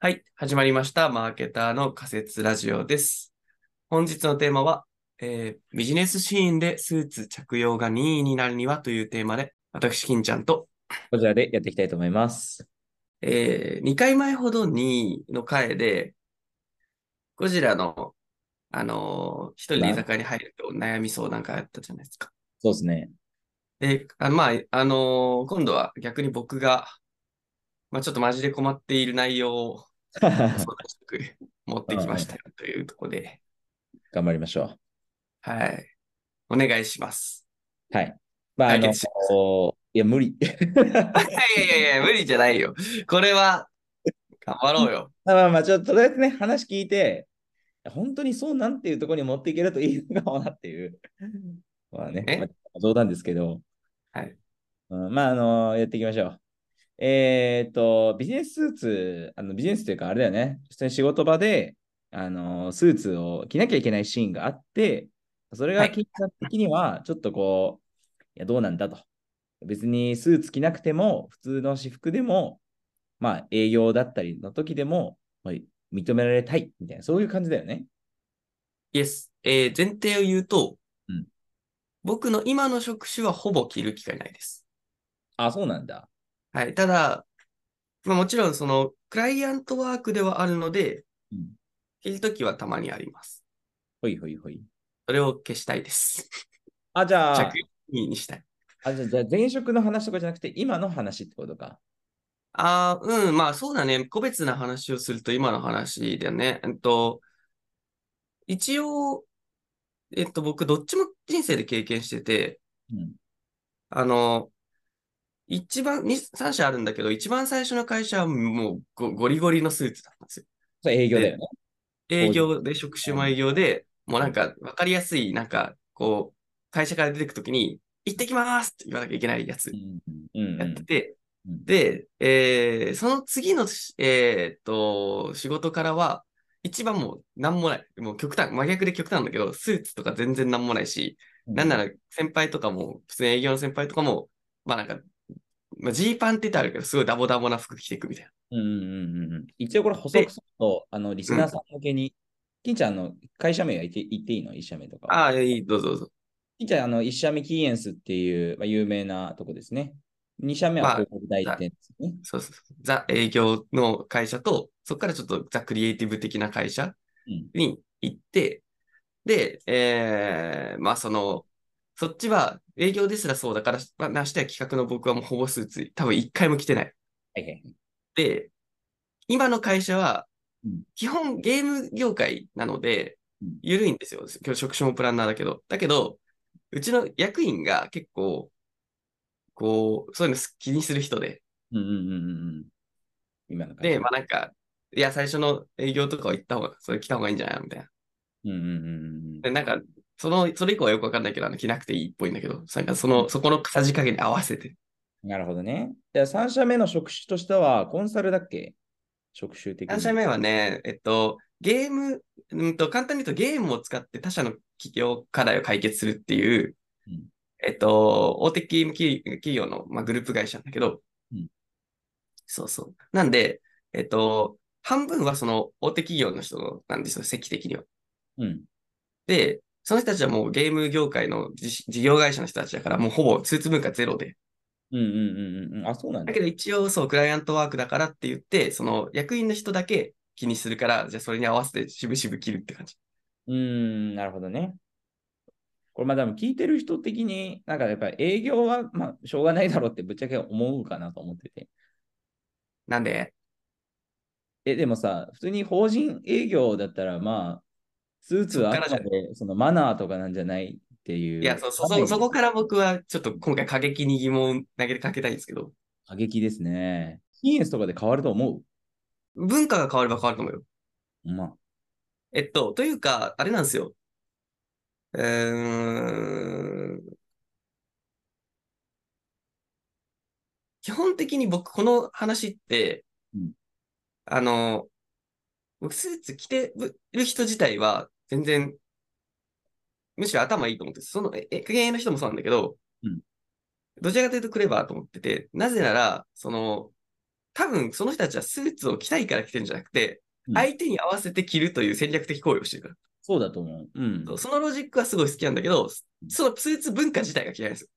はい、始まりました。マーケターの仮説ラジオです。本日のテーマは、えー、ビジネスシーンでスーツ着用が任意になるにはというテーマで、私、金ちゃんと、こちらでやっていきたいと思います。えー、2回前ほどにの回で、ゴジラの、あのー、一人で居酒屋に入ると悩み相談会やったじゃないですか。そうですね。 で、あまあ、あのー、今度は逆に僕が、まあ、ちょっとマジで困っている内容を持ってきましたよというところで。頑張りましょう。はい。お願いします。はい。まあ、あの、いや、無理。 いやいやいや、無理じゃないよ。これは、頑張ろうよ。まあまあ、ちょっととりあえずね、話聞いて、本当にそうなんていうところに持っていけるといいのかもなっていう。まあね、まあ、冗談ですけど。はい。うん、まあ、あのー、やっていきましょう。えっ、ー、と、ビジネススーツ、あのビジネスというか、あれだよね、普通に仕事場で、あのー、スーツを着なきゃいけないシーンがあって、それが金額的には、ちょっとこう、はい、いや、どうなんだと。別にスーツ着なくても、普通の私服でも、まあ、営業だったりの時でも、まあ、認められたいみたいな、そういう感じだよね。イエス。えー、前提を言うと、うん、僕の今の職種はほぼ着る機会ないです。あ、そうなんだ。はい。ただ、まあ、もちろん、その、クライアントワークではあるので、うん、着るときはたまにあります。ほいほいほい。それを消したいです。あ、じゃあ、着用にしたい。あ、じゃあ、じゃあ前職の話とかじゃなくて、今の話ってことか。ああ、うん、まあそうだね。個別な話をすると今の話だよね。えっと、一応、えっと、僕、どっちも人生で経験してて、うん、あの、一番、3社あるんだけど、一番最初の会社はもうゴリゴリのスーツだったんですよ。それ営業だよね。営業で、職種も営業で、もうなんか、わかりやすい、なんか、こう、会社から出てくときに、行ってきますって言わなきゃいけないやつ、やってて、うんうんで、えー、その次の、えー、っと、仕事からは、一番もう何もない。もう極端、真逆で極端なんだけど、スーツとか全然何もないし、うん、なんなら先輩とかも、普通に営業の先輩とかも、まあなんか、まあ、ジーパンって言ってあるけど、すごいダボダボな服着ていくみたいな。うんうんうん。一応これ補足すると、あの、リスナーさん向けに、うん、金ちゃん、の、会社名は言って言っていいの一社名とか。ああ、いい、どうぞどうぞ。金ちゃん、あの、一社目キーエンスっていう、まあ、有名なとこですね。2社目は広告代理店ですね、まあ、そうそうザ営業の会社と、そこからちょっとザ・クリエイティブ的な会社に行って、うん、で、えー、まあその、そっちは営業ですらそうだから、まあ、なしては企画の僕はもうほぼスーツ、多分一回も着てない。はいはい、で、今の会社は、基本ゲーム業界なので、緩いんですよ。今日職種もプランナーだけど。だけど、うちの役員が結構、こう、そういうの気にする人で。うんうんうんうん。今ので、まあなんか、いや、最初の営業とかは行った方が、それ来た方がいいんじゃないみたいな。うんうんうん。で、なんか、その、それ以降はよくわかんないけど、あの、着なくていいっぽいんだけど、なんかその、そこのさじ加減に合わせて。なるほどね。じゃあ3社目の職種としては、コンサルだっけ職種的に。 3社目はね、えっと、ゲーム、うんと、簡単に言うとゲームを使って他社の企業課題を解決するっていう、うんえっと、大手企業の、まあ、グループ会社なんだけど、うん、そうそう。なんで、えっと、半分はその大手企業の人のなんですよ、席的には。うん、で、その人たちはもうゲーム業界の事業会社の人たちだから、もうほぼスーツ文化ゼロで。うんうんうんうん。あ、そうなんだ。だけど一応、そう、クライアントワークだからって言って、その役員の人だけ気にするから、じゃあそれに合わせてしぶしぶ切るって感じ。うん、なるほどね。これまあでも聞いてる人的に、なんかやっぱり営業はまあしょうがないだろうってぶっちゃけ思うかなと思ってて。なんでえ、でもさ、普通に法人営業だったらまあ、スーツはあくまでそのマナーとかなんじゃないっていう。いや、そうそそそこから僕はちょっと今回過激に疑問を投げかけたいんですけど。過激ですね。キーエンスとかで変わると思う文化が変われば変わると思うよ。まあ。えっと、というか、あれなんですよ。えー、基本的に僕、この話って、うん、あの、僕、スーツ着てる人自体は、全然、むしろ頭いいと思ってその、え、え、影の人もそうなんだけど、うん、どちらかというとクレバーと思ってて、なぜなら、その、多分その人たちはスーツを着たいから着てるんじゃなくて、うん相手に合わせて着るという戦略的行為をしてるから。そうだと思う。うん。そうそのロジックはすごい好きなんだけど、そのスーツ文化自体が嫌いです。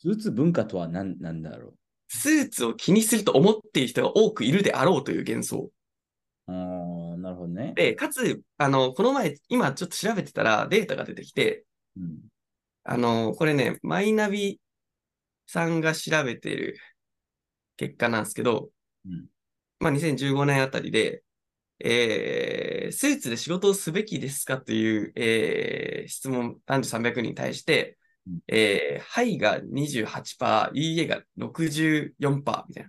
スーツ文化とは何なんだろスーツを気にすると思っている人が多くいるであろうという幻想。う。ああ、なるほどね。で、かつ、あの、この前、今ちょっと調べてたらデータが出てきて、うん、あの、これね、マイナビさんが調べてる結果なんですけど、うんまあ2015年あたりで、えースーツで仕事をすべきですかという、えー質問男女300人に対してうん、えーはいが28%、いいえが64%みたい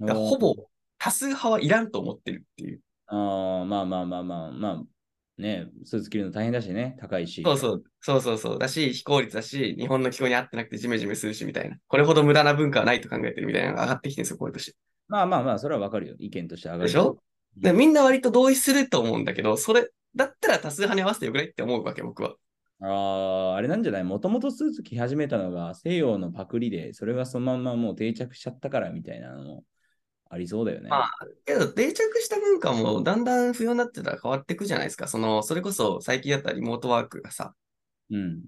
な。だからほぼ多数派はいらんと思ってるっていう。ああ、まあまあまあまあ、まあ、ね、スーツ着るの大変だしね、高いし。そうそう、そうそうそう。だし、非効率だし、日本の気候に合ってなくてジメジメするしみたいな。これほど無駄な文化はないと考えてるみたいなのが上がってきてるんですよ、こういう年。まあまあまあ、それはわかるよ。意見として上がる。でしょでみんな割と同意すると思うんだけど、それ、だったら多数派に合わせてよくないって思うわけ、僕は。ああ、あれなんじゃないもともとスーツ着始めたのが西洋のパクリで、それがそのまんまもう定着しちゃったからみたいなのもありそうだよね。まあけど、定着した文化もだんだん不要になってたら変わっていくじゃないですか。その、それこそ最近だったらリモートワークがさ、うん。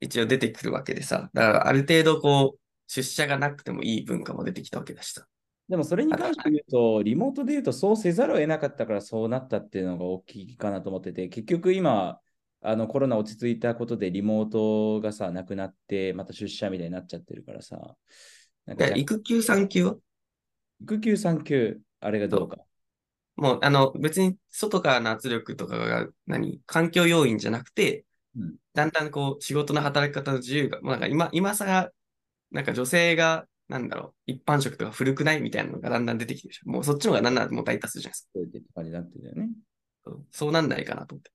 一応出てくるわけでさ、だからある程度こう、出社がなくてもいい文化も出てきたわけだしさ。でもそれに関して言うと、リモートで言うとそうせざるを得なかったからそうなったっていうのが大きいかなと思ってて、結局今、あのコロナ落ち着いたことでリモートがさ、なくなって、また出社みたいになっちゃってるからさ、なんいかや、育休産休は育休産休、あれがどうか。もう、あの、別に外からの圧力とかが何、環境要因じゃなくて、うんだんだんこう、仕事の働き方の自由が、もうなんか今、今更、なんか女性が、なんだろう、一般職とか古くないみたいなのがだんだん出てきてるじゃんもうそっちの方がなんならもう大多数じゃないですそうって感じになってるよね。か。そうなんないかなと思って。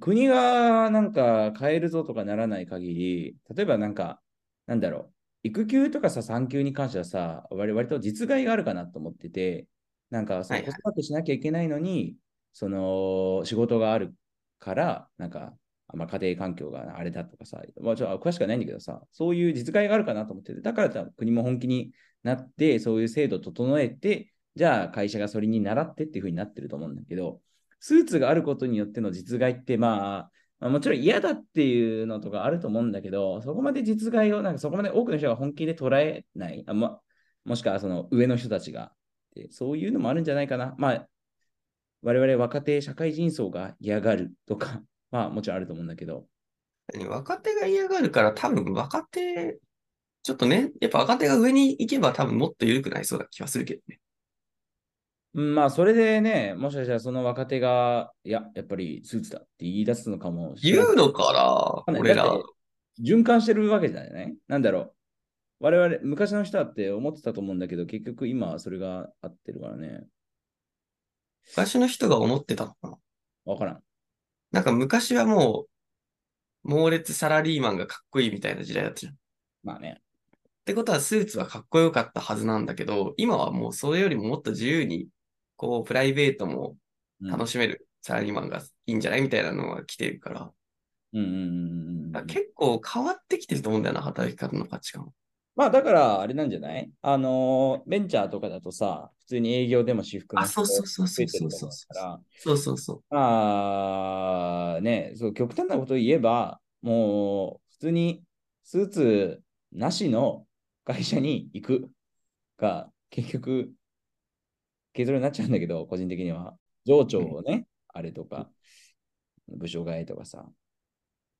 国がなんか変えるぞとかならない限り、例えばなんか、なんだろう、育休とかさ、産休に関してはさ、割割と実害があるかなと思ってて、なんかそのはいは子い育てしなきゃいけないのに、その仕事があるから、なんか、あまあ、家庭環境があれだとかさ、まあ、ちょっと詳しくはないんだけどさ、そういう実害があるかなと思ってて、だから多分国も本気になって、そういう制度を整えて、じゃあ会社がそれに習ってっていうふうになってると思うんだけど、スーツがあることによっての実害って、まあ、まあ、もちろん嫌だっていうのとかあると思うんだけど、そこまで実害を、なんかそこまで多くの人が本気で捉えない、あま、もしくはその上の人たちがでそういうのもあるんじゃないかな。まあ、我々若手社会人層が嫌がるとか、 まあもちろんあると思うんだけど、若手が嫌がるから、多分若手、ちょっとね、やっぱ若手が上に行けば多分もっと緩くなりそうな気はするけどね。うんまあそれでね、もしかしたらその若手が、いや、やっぱりスーツだって言い出すのかもしれ言ないうのかわかんなない俺ら。だって循環してるわけじゃないなんだろう。我々、昔の人だって思ってたと思うんだけど、結局今はそれが合ってるからね。昔の人が思ってたのかなわからん。なんか昔はもう、猛烈サラリーマンがかっこいいみたいな時代だったじゃん。っまあね。てことはスーツはかっこよかったはずなんだけど、今はもうそれよりももっと自由に、こう、プライベートもうん楽しめるサラリーマンがいいんじゃないみたいなのが来てるから、うんうんうんうんうんだから結構変わってきてると思うんだよな、働き方の価値観。まあだから、あれなんじゃないあのー、ベンチャーとかだとさ、普通に営業でも私服のあ、そうそうそう増そえうてそるうとそ思ううから、そうそうそう。まあね、そう極端なことを言えば、もう普通にスーツなしの会社に行くが結局、削りになっちゃうんだけど、個人的には。上長をね、あれとか、部署替えとかさ。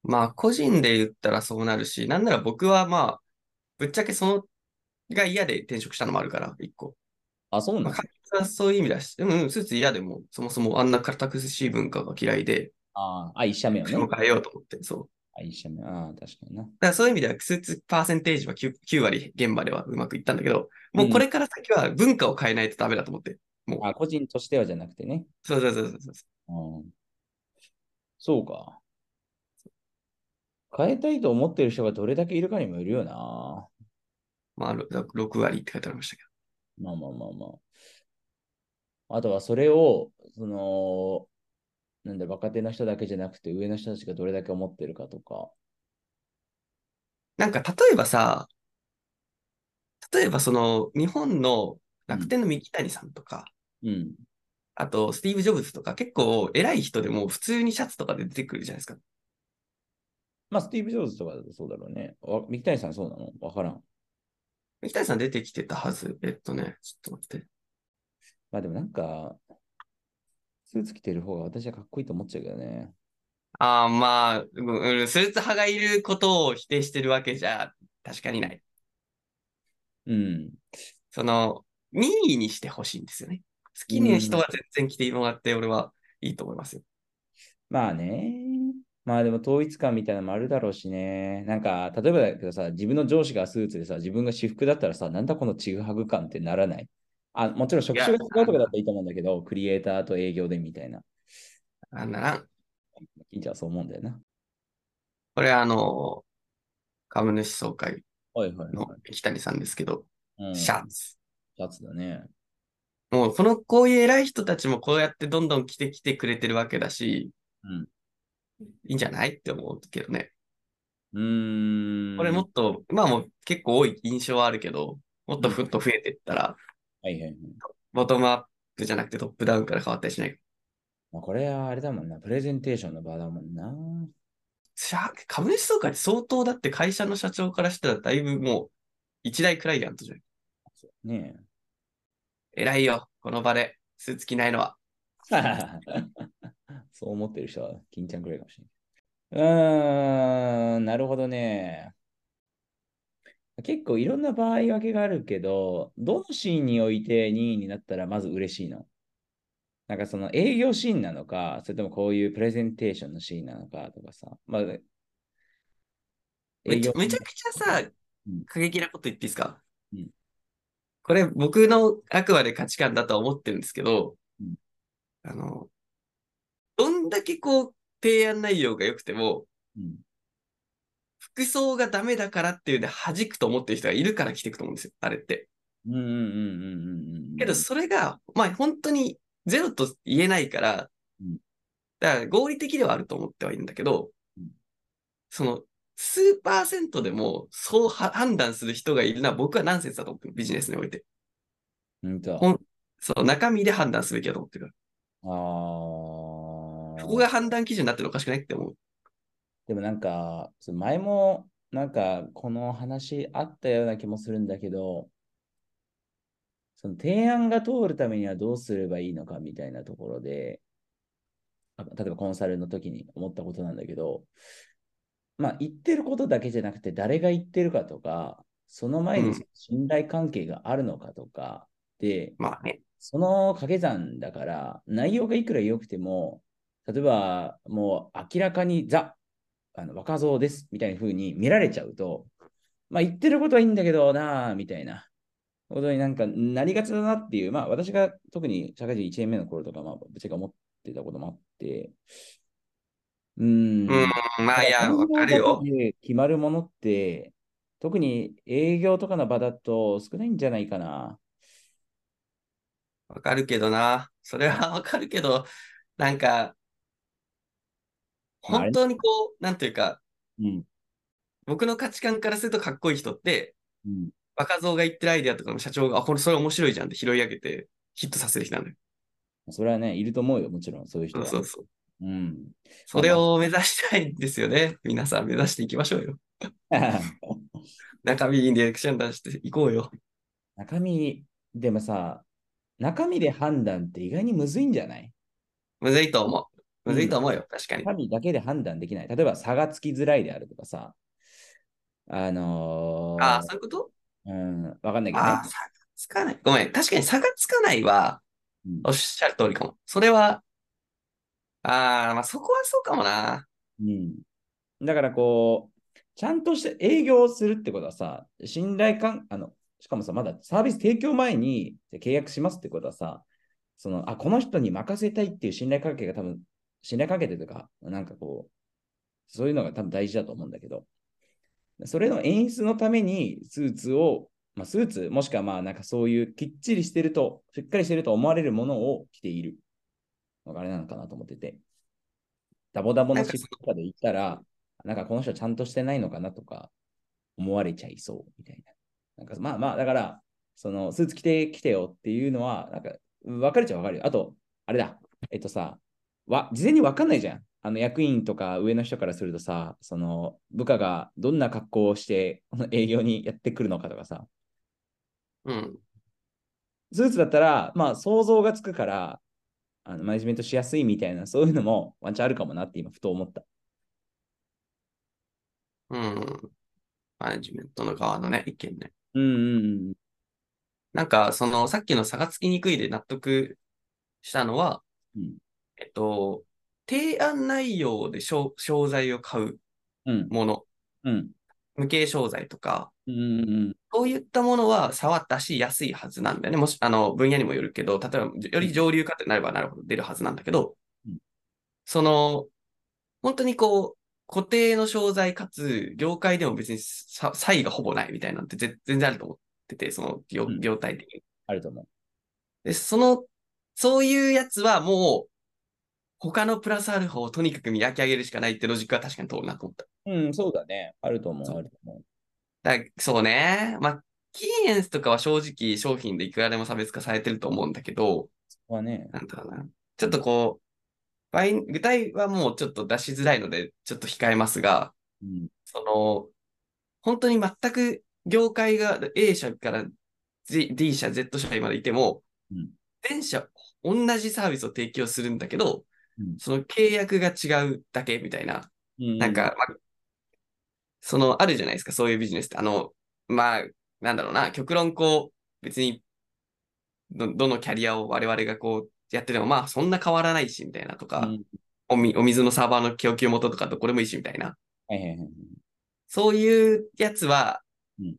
まあ、個人で言ったらそうなるし、なんなら僕はまあ、ぶっちゃけその、が嫌で転職したのもあるから、一個。あ、そうなまんあ、会社はそういう意味だし、でも、うんスーツ嫌でも、そもそもあんな堅苦しい文化が嫌いで、ああ、一社目よね服。も変えようと思って、そう。あ、一社目。ああ、確かにな。だからそういう意味では、スーツパーセンテージは 9, 9割現場ではうまくいったんだけど、もうこれから先は文化を変えないとダメだと思って。あ、個人としてはじゃなくてね。そうそうそうそうそう。うんそうか。変えたいと思ってる人がどれだけいるかにもよるよな。まあ、ろ6割って書いてありましたけまあまあまあまあ。あとはそれを、その、なんだ、若手の人だけじゃなくて、上の人たちがどれだけ思ってるかとか。ど。なんか、例えばさ、例えばその日本の楽天の三木谷さんとか、うん。あとスティーブ・ジョブズとか結構偉い人でも普通にシャツとかで出てくるじゃないですか。まあ、スティーブ・ジョブズとかだとそうだろうね。わ三木谷さんそうなのわからん。三木谷さん出てきてたはず。えっとね、ちょっと待って。まあでもなんか、スーツ着てる方が私はかっこいいと思っちゃうけどね。ああ、まあ、うんうん、スーツ派がいることを否定してるわけじゃ確かにない。うん。その、任意にしてほしいんですよね。好きな人は全然着てもらって、俺はいいと思いますよ。まあね。まあでも統一感みたいなのもあるだろうしね。なんか、例えばだけどさ、自分の上司がスーツでさ、自分が私服だったらさ、なんだこのちぐはぐ感ってならない。あ、もちろん職種が違うとかだったらいいと思うんだけど、クリエイターと営業でみたいな。あんならん。金ちゃんはそう思うんだよな。これあの、株主総会はいはいの三木谷さんですけど、うん、シャツ。シャツだね。もう、この、こういう偉い人たちもこうやってどんどん着てきてくれてるわけだし、うんいいんじゃないって思うけどね。うーん。これもっと、まあもう結構多い印象はあるけど、もっとふっと増えていったら、はいはいはい。ボトムアップじゃなくてトップダウンから変わったりしない。まあ、これはあれだもんな。プレゼンテーションの場だもんな。社株主総会って相当だって会社の社長からしたらだいぶもう一大クライアントじゃん。ね偉いよ、この場でスーツ着ないのは。え。 そう思ってる人は金ちゃんくらいかもしれない。うーん、なるほどね。結構いろんな場合分けがあるけど、どのシーンにおいて2位になったらまず嬉しいのなんかその営業シーンなのか、それともこういうプレゼンテーションのシーンなのかとかさ。まあ、めちゃ営業めちゃくちゃさん、過激なこと言っていいですか、うんこれ僕のあくまで価値観だとは思ってるんですけど、うんあの、どんだけこう提案内容が良くても、うん服装がダメだからっていうので弾くと思ってる人がいるから来てくと思うんですよ、あれって。うんうんうんうんうんうんうん。けど、それが、まあ本当にゼロと言えないからうん、だから合理的ではあると思ってはいるんだけどうん、その、数パーセントでもそうは判断する人がいるのは僕はナンセンスだと思ってる、ビジネスにおいて。うんと。ほんその中身で判断すべきだと思ってるかあーら。ここが判断基準になってるのおかしくないって思う。でもなんか、その前もなんかこの話あったような気もするんだけど、その提案が通るためにはどうすればいいのかみたいなところで、あ例えばコンサルの時に思ったことなんだけど、まあ言ってることだけじゃなくて誰が言ってるかとか、その前うにんその信頼関係があるのかとかで、まあね。その掛け算だから、内容がいくら良くても、例えば、もう明らかにザ、あの若造ですみたいな風に見られちゃうと、まあ言ってることはいいんだけどなあ、みたいなことになんかなりがちだなっていう、まあ私が特に社会人1年目の頃とか、まあぶっちゃけ思ってたこともあって、うーん。うん、まあいや、感わ情かるだよけ。で決まるものって、特に営業とかの場だと少ないんじゃないかな。わかるけどな。それはわかるけど、なんか、まああ本れ当にこう、なんというか、うん。僕の価値観からするとかっこいい人って、うん若造が言ってるアイデアとかの社長が、あ、これそれ面白いじゃんって拾い上げて、ヒットさせる人なんだよ。それはね、いると思うよ、もちろん、そういう人そうは。そうそう。うん。 それを目指したいんですよね。皆さん目指していきましょうよ。中身にディレクション出していこうよ。中身、でもさ、中身で判断って意外にむずいんじゃないむずいと思う。むずいと思うよ。確かに。中身だけで判断できない。例えば、差がつきづらいであるとかさ、あのーああ、そういうことうん、わかんないけどねああ、差がつかない。ごめん。確かに差がつかないは、うんおっしゃる通りかも。それは、ああ、まあそこはそうかもな。うん。だからこう、ちゃんとして営業をするってことはさ、信頼感、あの、しかもさ、まだサービス提供前にじゃあ契約しますってことはさ、その、あ、この人に任せたいっていう信頼関係が多分、信頼関係というか、なんかこう、そういうのが多分大事だと思うんだけど、それの演出のためにスーツを、まあ、スーツ、もしくはまあなんかそういうきっちりしてると、しっかりしてると思われるものを着ている。のがあれなのかなと思ってて。ダボダボの私服とかで行ったら、なんかこの人ちゃんとしてないのかなとか思われちゃいそうみたいな。なんかまあまあ、だから、そのスーツ着てきてよっていうのは、なんか、分かるっちゃ分かるよ。あと、あれだ、えっとさ、わ事前に分かんないじゃん。あの役員とか上の人からするとさ、その部下がどんな格好をしてこの営業にやってくるのかとかさ、うん。スーツだったら、まあ想像がつくから、あのマネジメントしやすいみたいな、そういうのもワンチャンあるかもなって今、ふと思った。うん。マネジメントの側のね、意見ね。うんうんうん。なんか、その、さっきの差がつきにくいで納得したのは、うんえっと、提案内容で商商材を買ううん。もの、うん。無形商材とか、うんうんそういったものは差は出しやすいはずなんだよね。もし、あの、分野にもよるけど、例えば、より上流化ってなればなるほど出るはずなんだけどうん、その、本当にこう、固定の商材かつ、業界でも別に差差異がほぼないみたいなんてぜ全然あると思ってて、その業うん業態的に。あると思う。で、その、そういうやつはもう、他のプラスアルファをとにかく磨き上げるしかないってロジックは確かに通るなと思った。うん、そうだね。あると思う、そうあると思う。だからそうね。まあ、キーエンスとかは正直商品でいくらでも差別化されてると思うんだけど、そこはね。なんだろうな。ちょっとこう、ワイン、具体はもうちょっと出しづらいので、ちょっと控えますが、うん。その、本当に全く業界が A 社から Z- D 社、Z 社までいても、うん全社同じサービスを提供するんだけど、うんその契約が違うだけみたいな、うなん、か、まあその、あるじゃないですか、そういうビジネスって。あの、まあ、なんだろうな、極論こう、別にど、どのキャリアを我々がこう、やってても、まあ、そんな変わらないし、みたいなとか、うんおみお水のサーバーの供給元とかどこでもいいし、みたいな。はいはいはい。そういうやつは、うん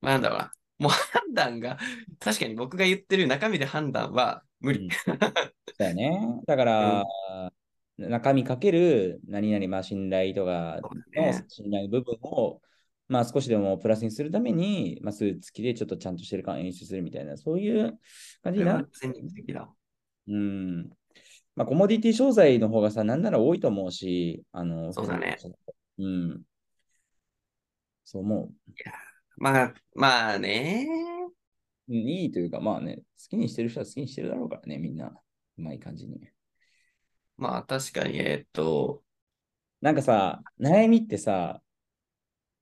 まあなんだろうな。もう判断が、 確かに僕が言ってる中身で判断は無理。うんだよね。だから、中身かける何々、まあ、信頼とかそうだのね信頼の部分を、まあ、少しでもプラスにするために、まあ、スーツ着でちょっとちゃんとしてる感を演出するみたいな、そういう感じになる。全然的だわ。うん。まあ、コモディティ商材の方がさ、なんなら多いと思うし、あの、そうだね。うん。そう思まあ、まあね。う。うんいいというか、まあね、好きにしてる人は好きにしてるだろうからね、みんな。うまい感じに。まあ確かに、えっと、なんかさ、悩みってさ、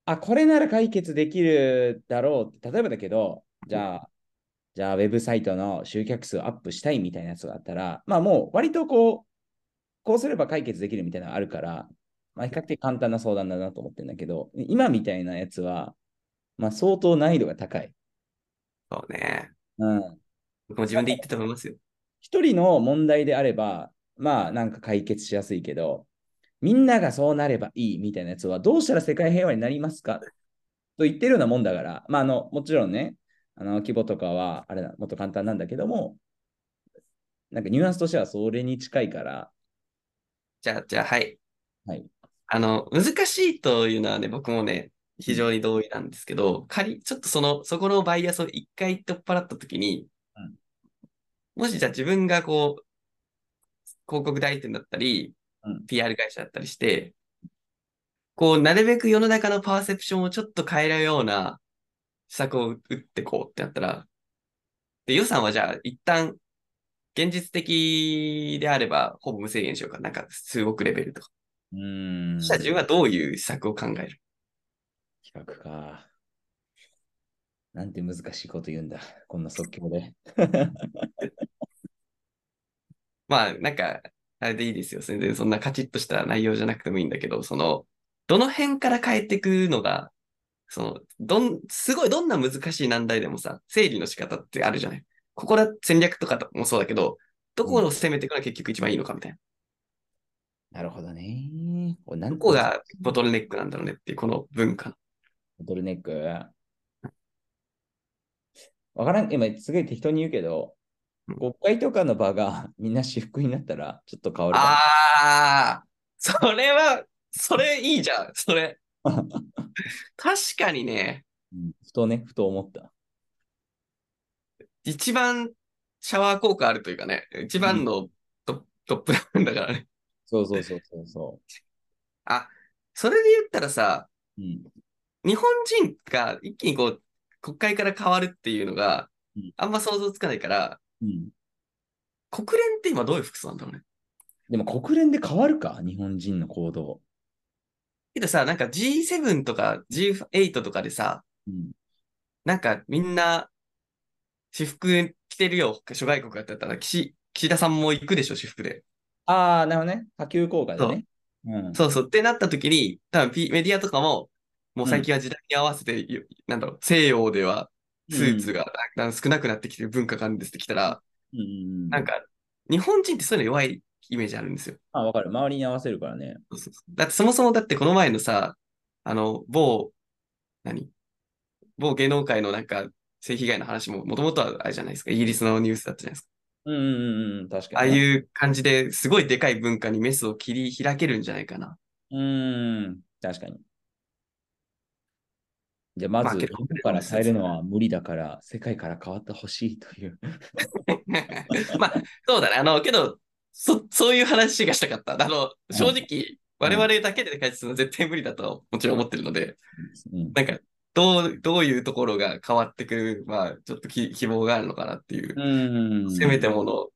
あ、これなら解決できるだろうって、例えばだけど、じゃあ、じゃあ、ウェブサイトの集客数をアップしたいみたいなやつがあったら、まあもう、割とこう、こうすれば解決できるみたいなのがあるから、まあ比較的簡単な相談だなと思ってるんだけど、今みたいなやつは、まあ相当難易度が高い。そうね。うん。僕も自分で言ってたと思いますよ。一人の問題であれば、まあなんか解決しやすいけど、みんながそうなればいいみたいなやつは、どうしたら世界平和になりますかと言ってるようなもんだから、まああの、もちろんね、あの規模とかは、あれだ、もっと簡単なんだけども、なんかニュアンスとしてはそれに近いから、じゃあ、じゃあ、はい。はい。あの、難しいというのはね、僕もね、非常に同意なんですけど、仮、ちょっとその、そこのバイアスを一回取っ払ったときにうん、もしじゃあ自分がこう、広告代理店だったりうん PR 会社だったりして、こう、なるべく世の中のパーセプションをちょっと変えるような施策を打ってこうってなったら、で、予算はじゃあ一旦、現実的であれば、ほぼ無制限にしようか。なんか、数億レベルとか。うーん。そしたら自分はどういう施策を考える企画か。なんて難しいこと言うんだ。こんな即興で。まあ、なんか、あれでいいですよ。全然そんなカチッとした内容じゃなくてもいいんだけど、その、どの辺から変えていくのが、その、どん、すごい、どんな難しい難題でもさ、整理の仕方ってあるじゃない。ここだ、戦略とかもそうだけど、どこを攻めていくのが結局一番いいのかみたいな。なるほどね。これなんどこがボトルネックなんだろうねっていう、この文化。ボトルネックわからん、今すげえ適当に言うけど、うん国会とかの場が みんな私服になったらちょっと変わるかああ、それは、それいいじゃん、それ。も。 確かにね、うんふとね、ふと思った。一番シャワー効果あるというかね、一番のト,、トップなんだからね。そうそうそうそうそあ、それで言ったらさ、う。うん、日本人が一気にこう、国会から変わるっていうのがうん、あんま想像つかないから、うん。国連って今どういう服装なんだろうね。でも国連で変わるか日本人の行動。けどさ、なんか G7 とか G8 とかでさ、うん。なんかみんな、私服着てるよ、諸外国がってやったら、岸岸田さんも行くでしょ、私服で。ああ、なるほどね。波及効果でね。うん。そうそう。ってなった時に、多分ピメディアとかも、もう最近は時代に合わせて、よなんだろう、西洋ではスーツがだんだん少なくなってきてる文化があるんですってきたら、うんうん。なんか、日本人ってそういうの弱いイメージあるんですよ。まあ、わかる。周りに合わせるからね。そうそうそうだってそもそもだってこの前のさ、あの、某、何某芸能界のなんか性被害の話も、もともとはあれじゃないですか、イギリスのニュースだったじゃないですか。うんうんうん。確あかあに。う。いう感じですごいでかい文化にメスを切り開けるんじゃないかな。うん。確かに。じゃあ、ままあず、け日ど本から変えるのは無理だから、世界から変わってほしいと いう。 まあ、そうだね。あの、けど、そ、そういう話がしたかった。あの、正直、我々だけで解説するのは絶対無理だともちろん思ってるので、うん、なんか、どう、どういうところが変わってくる、まあ、ちょっとき希望があるのかなっていう、うん。せめてもの。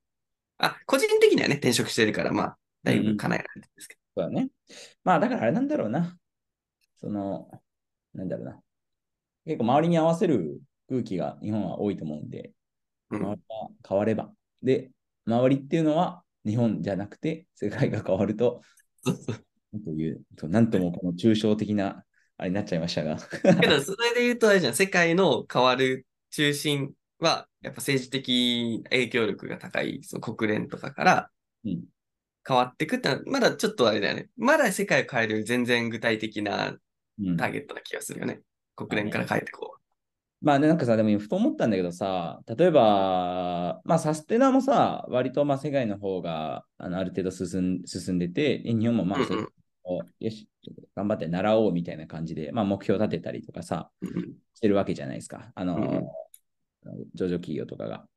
あ、個人的にはね、転職してるから、まあ、だいぶ叶えられてるんですけど。そうだね。まあだからあれなんだろうな。その、なんだろうな。結構周りに合わせる空気が日本は多いと思うんで、うん周りが変われば。で、周りっていうのは日本じゃなくて世界が変わると、そうそうという、となんともこの抽象的なあれになっちゃいましたが。 けど、それで言うと、あれじゃん、世界の変わる中心は、やっぱ政治的影響力が高い、その国連とかからうん変わっていくってのは、まだちょっとあれだよね。まだ世界を変えるより全然具体的なうんターゲットな気がするよね。国連から変えてこまあね、なんかさ、でも今ふと思ったんだけどさ、例えば、まあサステナもさ、割とまあ世界の方があのある程度進ん進んでて、で日本もう。まうんあうそういうんこうよし、頑張って習おうみたいな感じで、まあ、目標立てたりとかさ、うんしてるわけじゃないですか。あの、うん上場企業とかが。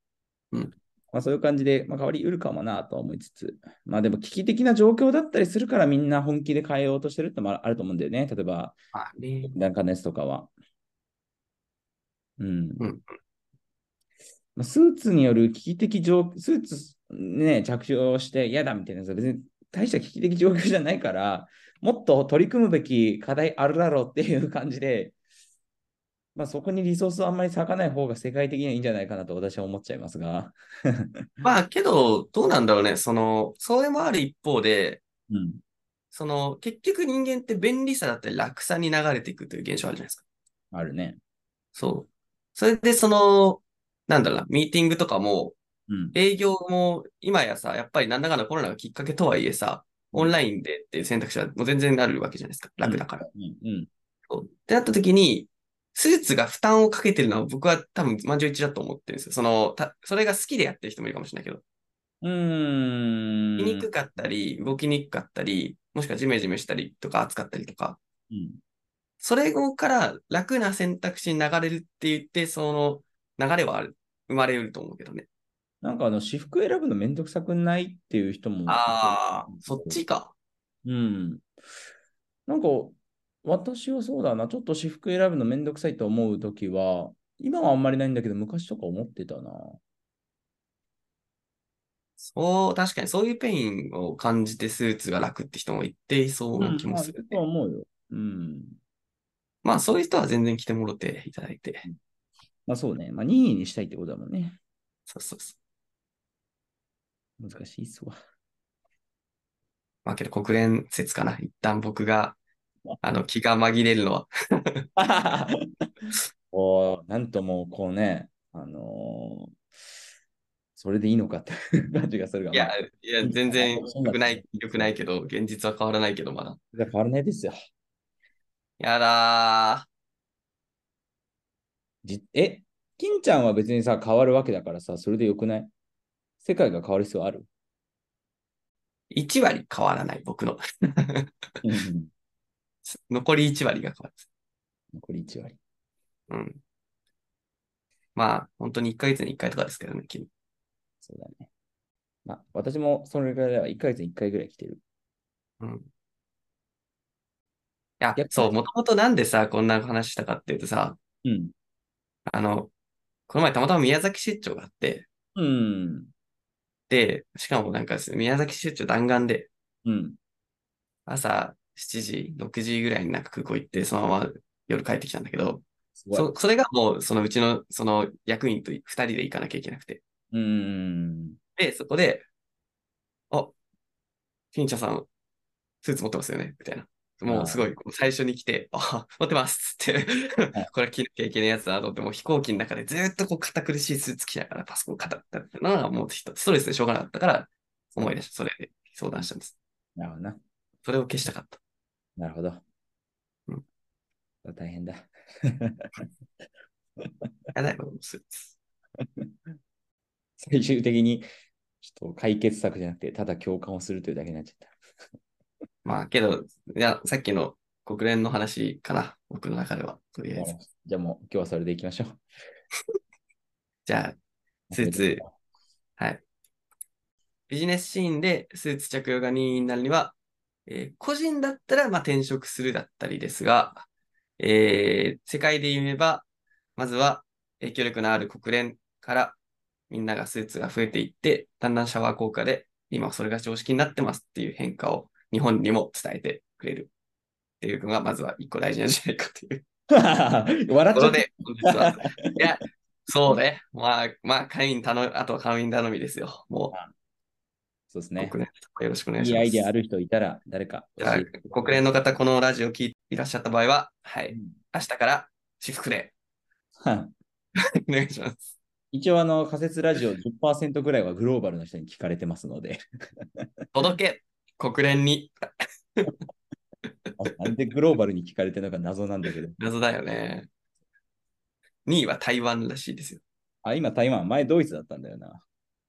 うんまあ、そういう感じで、まあ、変わりうるかもなとは思いつつ、まあでも危機的な状況だったりするからみんな本気で変えようとしてるってのもああると思うんだよね。例えば、まあね。なんかのやつとかは。うん。うんまあ、スーツによる危機的状況、スーツ、ね、着用して嫌だみたいなやつは別に大した危機的状況じゃないから、もっと取り組むべき課題あるだろうっていう感じで、まあ、そこにリソースをあんまり割かない方が世界的にはいいんじゃないかなと私は思っちゃいますが。まあけど、どうなんだろうね。その、それもある一方で、うん、その、結局人間って便利さだったり楽さに流れていくという現象あるじゃないですか。あるね。そう。それで、その、なんだろうな、ミーティングとかも、うん。営業も今やさ、やっぱりなんだかんだコロナがきっかけとはいえさ、オンラインでっていう選択肢はもう全然なるわけじゃないですか。楽だから。うん。うん。そうってなった時に、スーツが負担をかけてるのは僕は多分満場一致だと思ってるんですよ。その、た、それが好きでやってる人もいるかもしれないけど、うーん。着にくかったり、動きにくかったり、もしくはジメジメしたりとか暑かったりとか、うん。それ後から楽な選択肢に流れるって言って、その流れはある生まれうると思うけどね。なんかあの、私服選ぶのめんどくさくないっていう人も。ああ、そっちか。うん。なんか、私はそうだな。ちょっと私服選ぶのめんどくさいと思うときは、今はあんまりないんだけど、昔とか思ってたな。そう、確かにそういうペインを感じてスーツが楽って人も一定いそうな気もする、まあいると思うよ。うん。まあそういう人は全然着てもろていただいて。まあそうね。まあ任意にしたいってことだもんね。そうそうそう。難しいっ すわ。まあけど国連説かな。一旦僕が、あの、気が紛れるのは。おーなんともこうね、あのーそれでいいのかって いう感じがするが、いやまあ、いや、全然うん良くない、良くないけど、現実は変わらないけど、まだ。変わらないですよ。やだじえ、金ちゃんは別にさ、変わるわけだからさ、それでよくない世界が変わる必要あるー。1割変わらない、僕の。 残り1割が変わる。残り1割。うん。まあ、本当に1ヶ月に1回とかですけどね、君。そうだね。まあ、私もそれぐらいでは1ヶ月に1回ぐらい来てる。うん。いややっぱ、りそう、もともとなんでさ、こんな話したかっていうとさ、うん。あの、この前たまたま宮崎出張があって、うん。で、しかもなんかですね宮崎出張弾丸で、うん。朝7時、6時ぐらいになんか空港行って、そのまま夜帰ってきたんだけど、すごい。そそれがもうそのうちのその役員と2人で行かなきゃいけなくて。うん。で、そこで、あ、フィンチャーさん、スーツ持ってますよねみたいな。もうすごい、こう最初に来て、あ、持ってますっつってはい、これ着なきゃいけないやつだなと思って、もう飛行機の中でずーっとこう堅苦しいスーツ着ながらパソコン語ったってのがもうちょっとストレスでしょうがなかったから、思い出した。それで相談したんです。なるほどな。それを消したかった。なるほど。うん大変だ。 やだよ、もうスーツ。最終的に、ちょっと解決策じゃなくて、ただ共感をするというだけになっちゃった。まあ、けど、いや、さっきの国連の話かな。僕の中では、とりあえず。じゃあもう、今日はそれでいきましょう。じゃあ、スーツビジネスシーンでスーツ着用が任意になるには、えー個人だったらまあ転職するだったりですが、えー世界で言えば、まずは影響力のある国連からみんながスーツが増えていって、だんだんシャワー効果で今それが常識になってますっていう変化を日本にも伝えてくれるっていうのがまずは一個大事なんじゃないかという笑ところっちゃっで、本日は。いや、そうね。まあ、まあ、会員頼み、あとは会員頼みですよ。もそうですう、ね。国連よろしくお願いいしいます。アイデアある人いたら、誰かじゃあ教えてください。国 連の方、このラジオ聞いていらっしゃった場合は、はい、明日から私服で うんお願いします。一応、あの、仮説ラジオ10%ぐらいはグローバルの人に聞かれてますの で、届け、国連に、なんでグローバルに聞かれてるのか謎なんだけど、謎だよね。2位は台湾らしいですよ。あ、今台湾、前ドイツだったんだよな。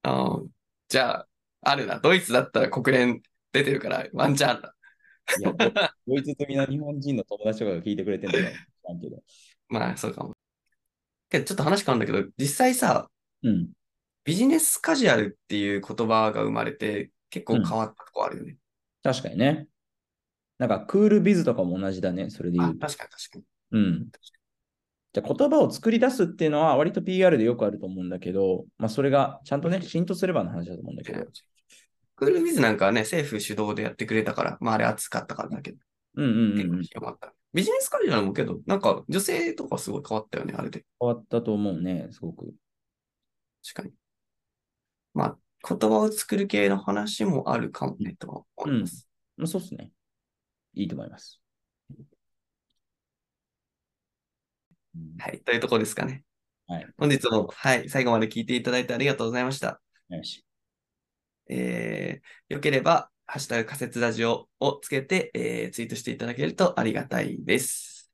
あーじゃあ、あるな、ドイツだったら国連出てるからワンチャンあるな。いや、ドドイツ組の日本人の友達とかが聞いてくれてるのか知らんけど。まあ、そうかも。けど、ちょっと話変わるんだけど、実際さ、うん。ビジネスカジュアルっていう言葉が生まれて、結構変わったとこあるよね。確かにね。なんか、クールビズとかも同じだね、それであ、言う確と。かに確かに。うん。じゃあ言葉を作り出すっていうのは割と PR でよくあると思うんだけど、まあ、それがちゃんとね、浸透すればの話だと思うんだけど。クールビズなんかはね、政府主導でやってくれたから、まああれ暑かったからだけど、うんうんう結んう構ん。広まった。ビジネスカジュアルもけど、なんか女性とかすごい変わったよね、あれで。変わったと思うね、すごく。確かに。まあ、言葉を作る系の話もあるかもね、とは思います。まあ、そうっすね。いいと思います。うんはい、というところですかね。はい。本日も、はい、最後まで聞いていただいてありがとうございました。よし。えー、よければ、ハッシュタグ仮説ラジオをつけて、えーツイートしていただけるとありがたいです。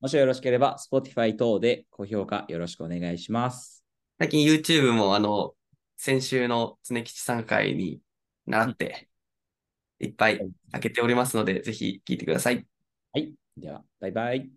もしよろしければ、Spotify 等で高評価よろしくお願いします。最近 YouTube もあの、先週の常吉さん会に習って、いっぱい開けておりますので、ぜひ聞いてください。はい。では、バイバイ。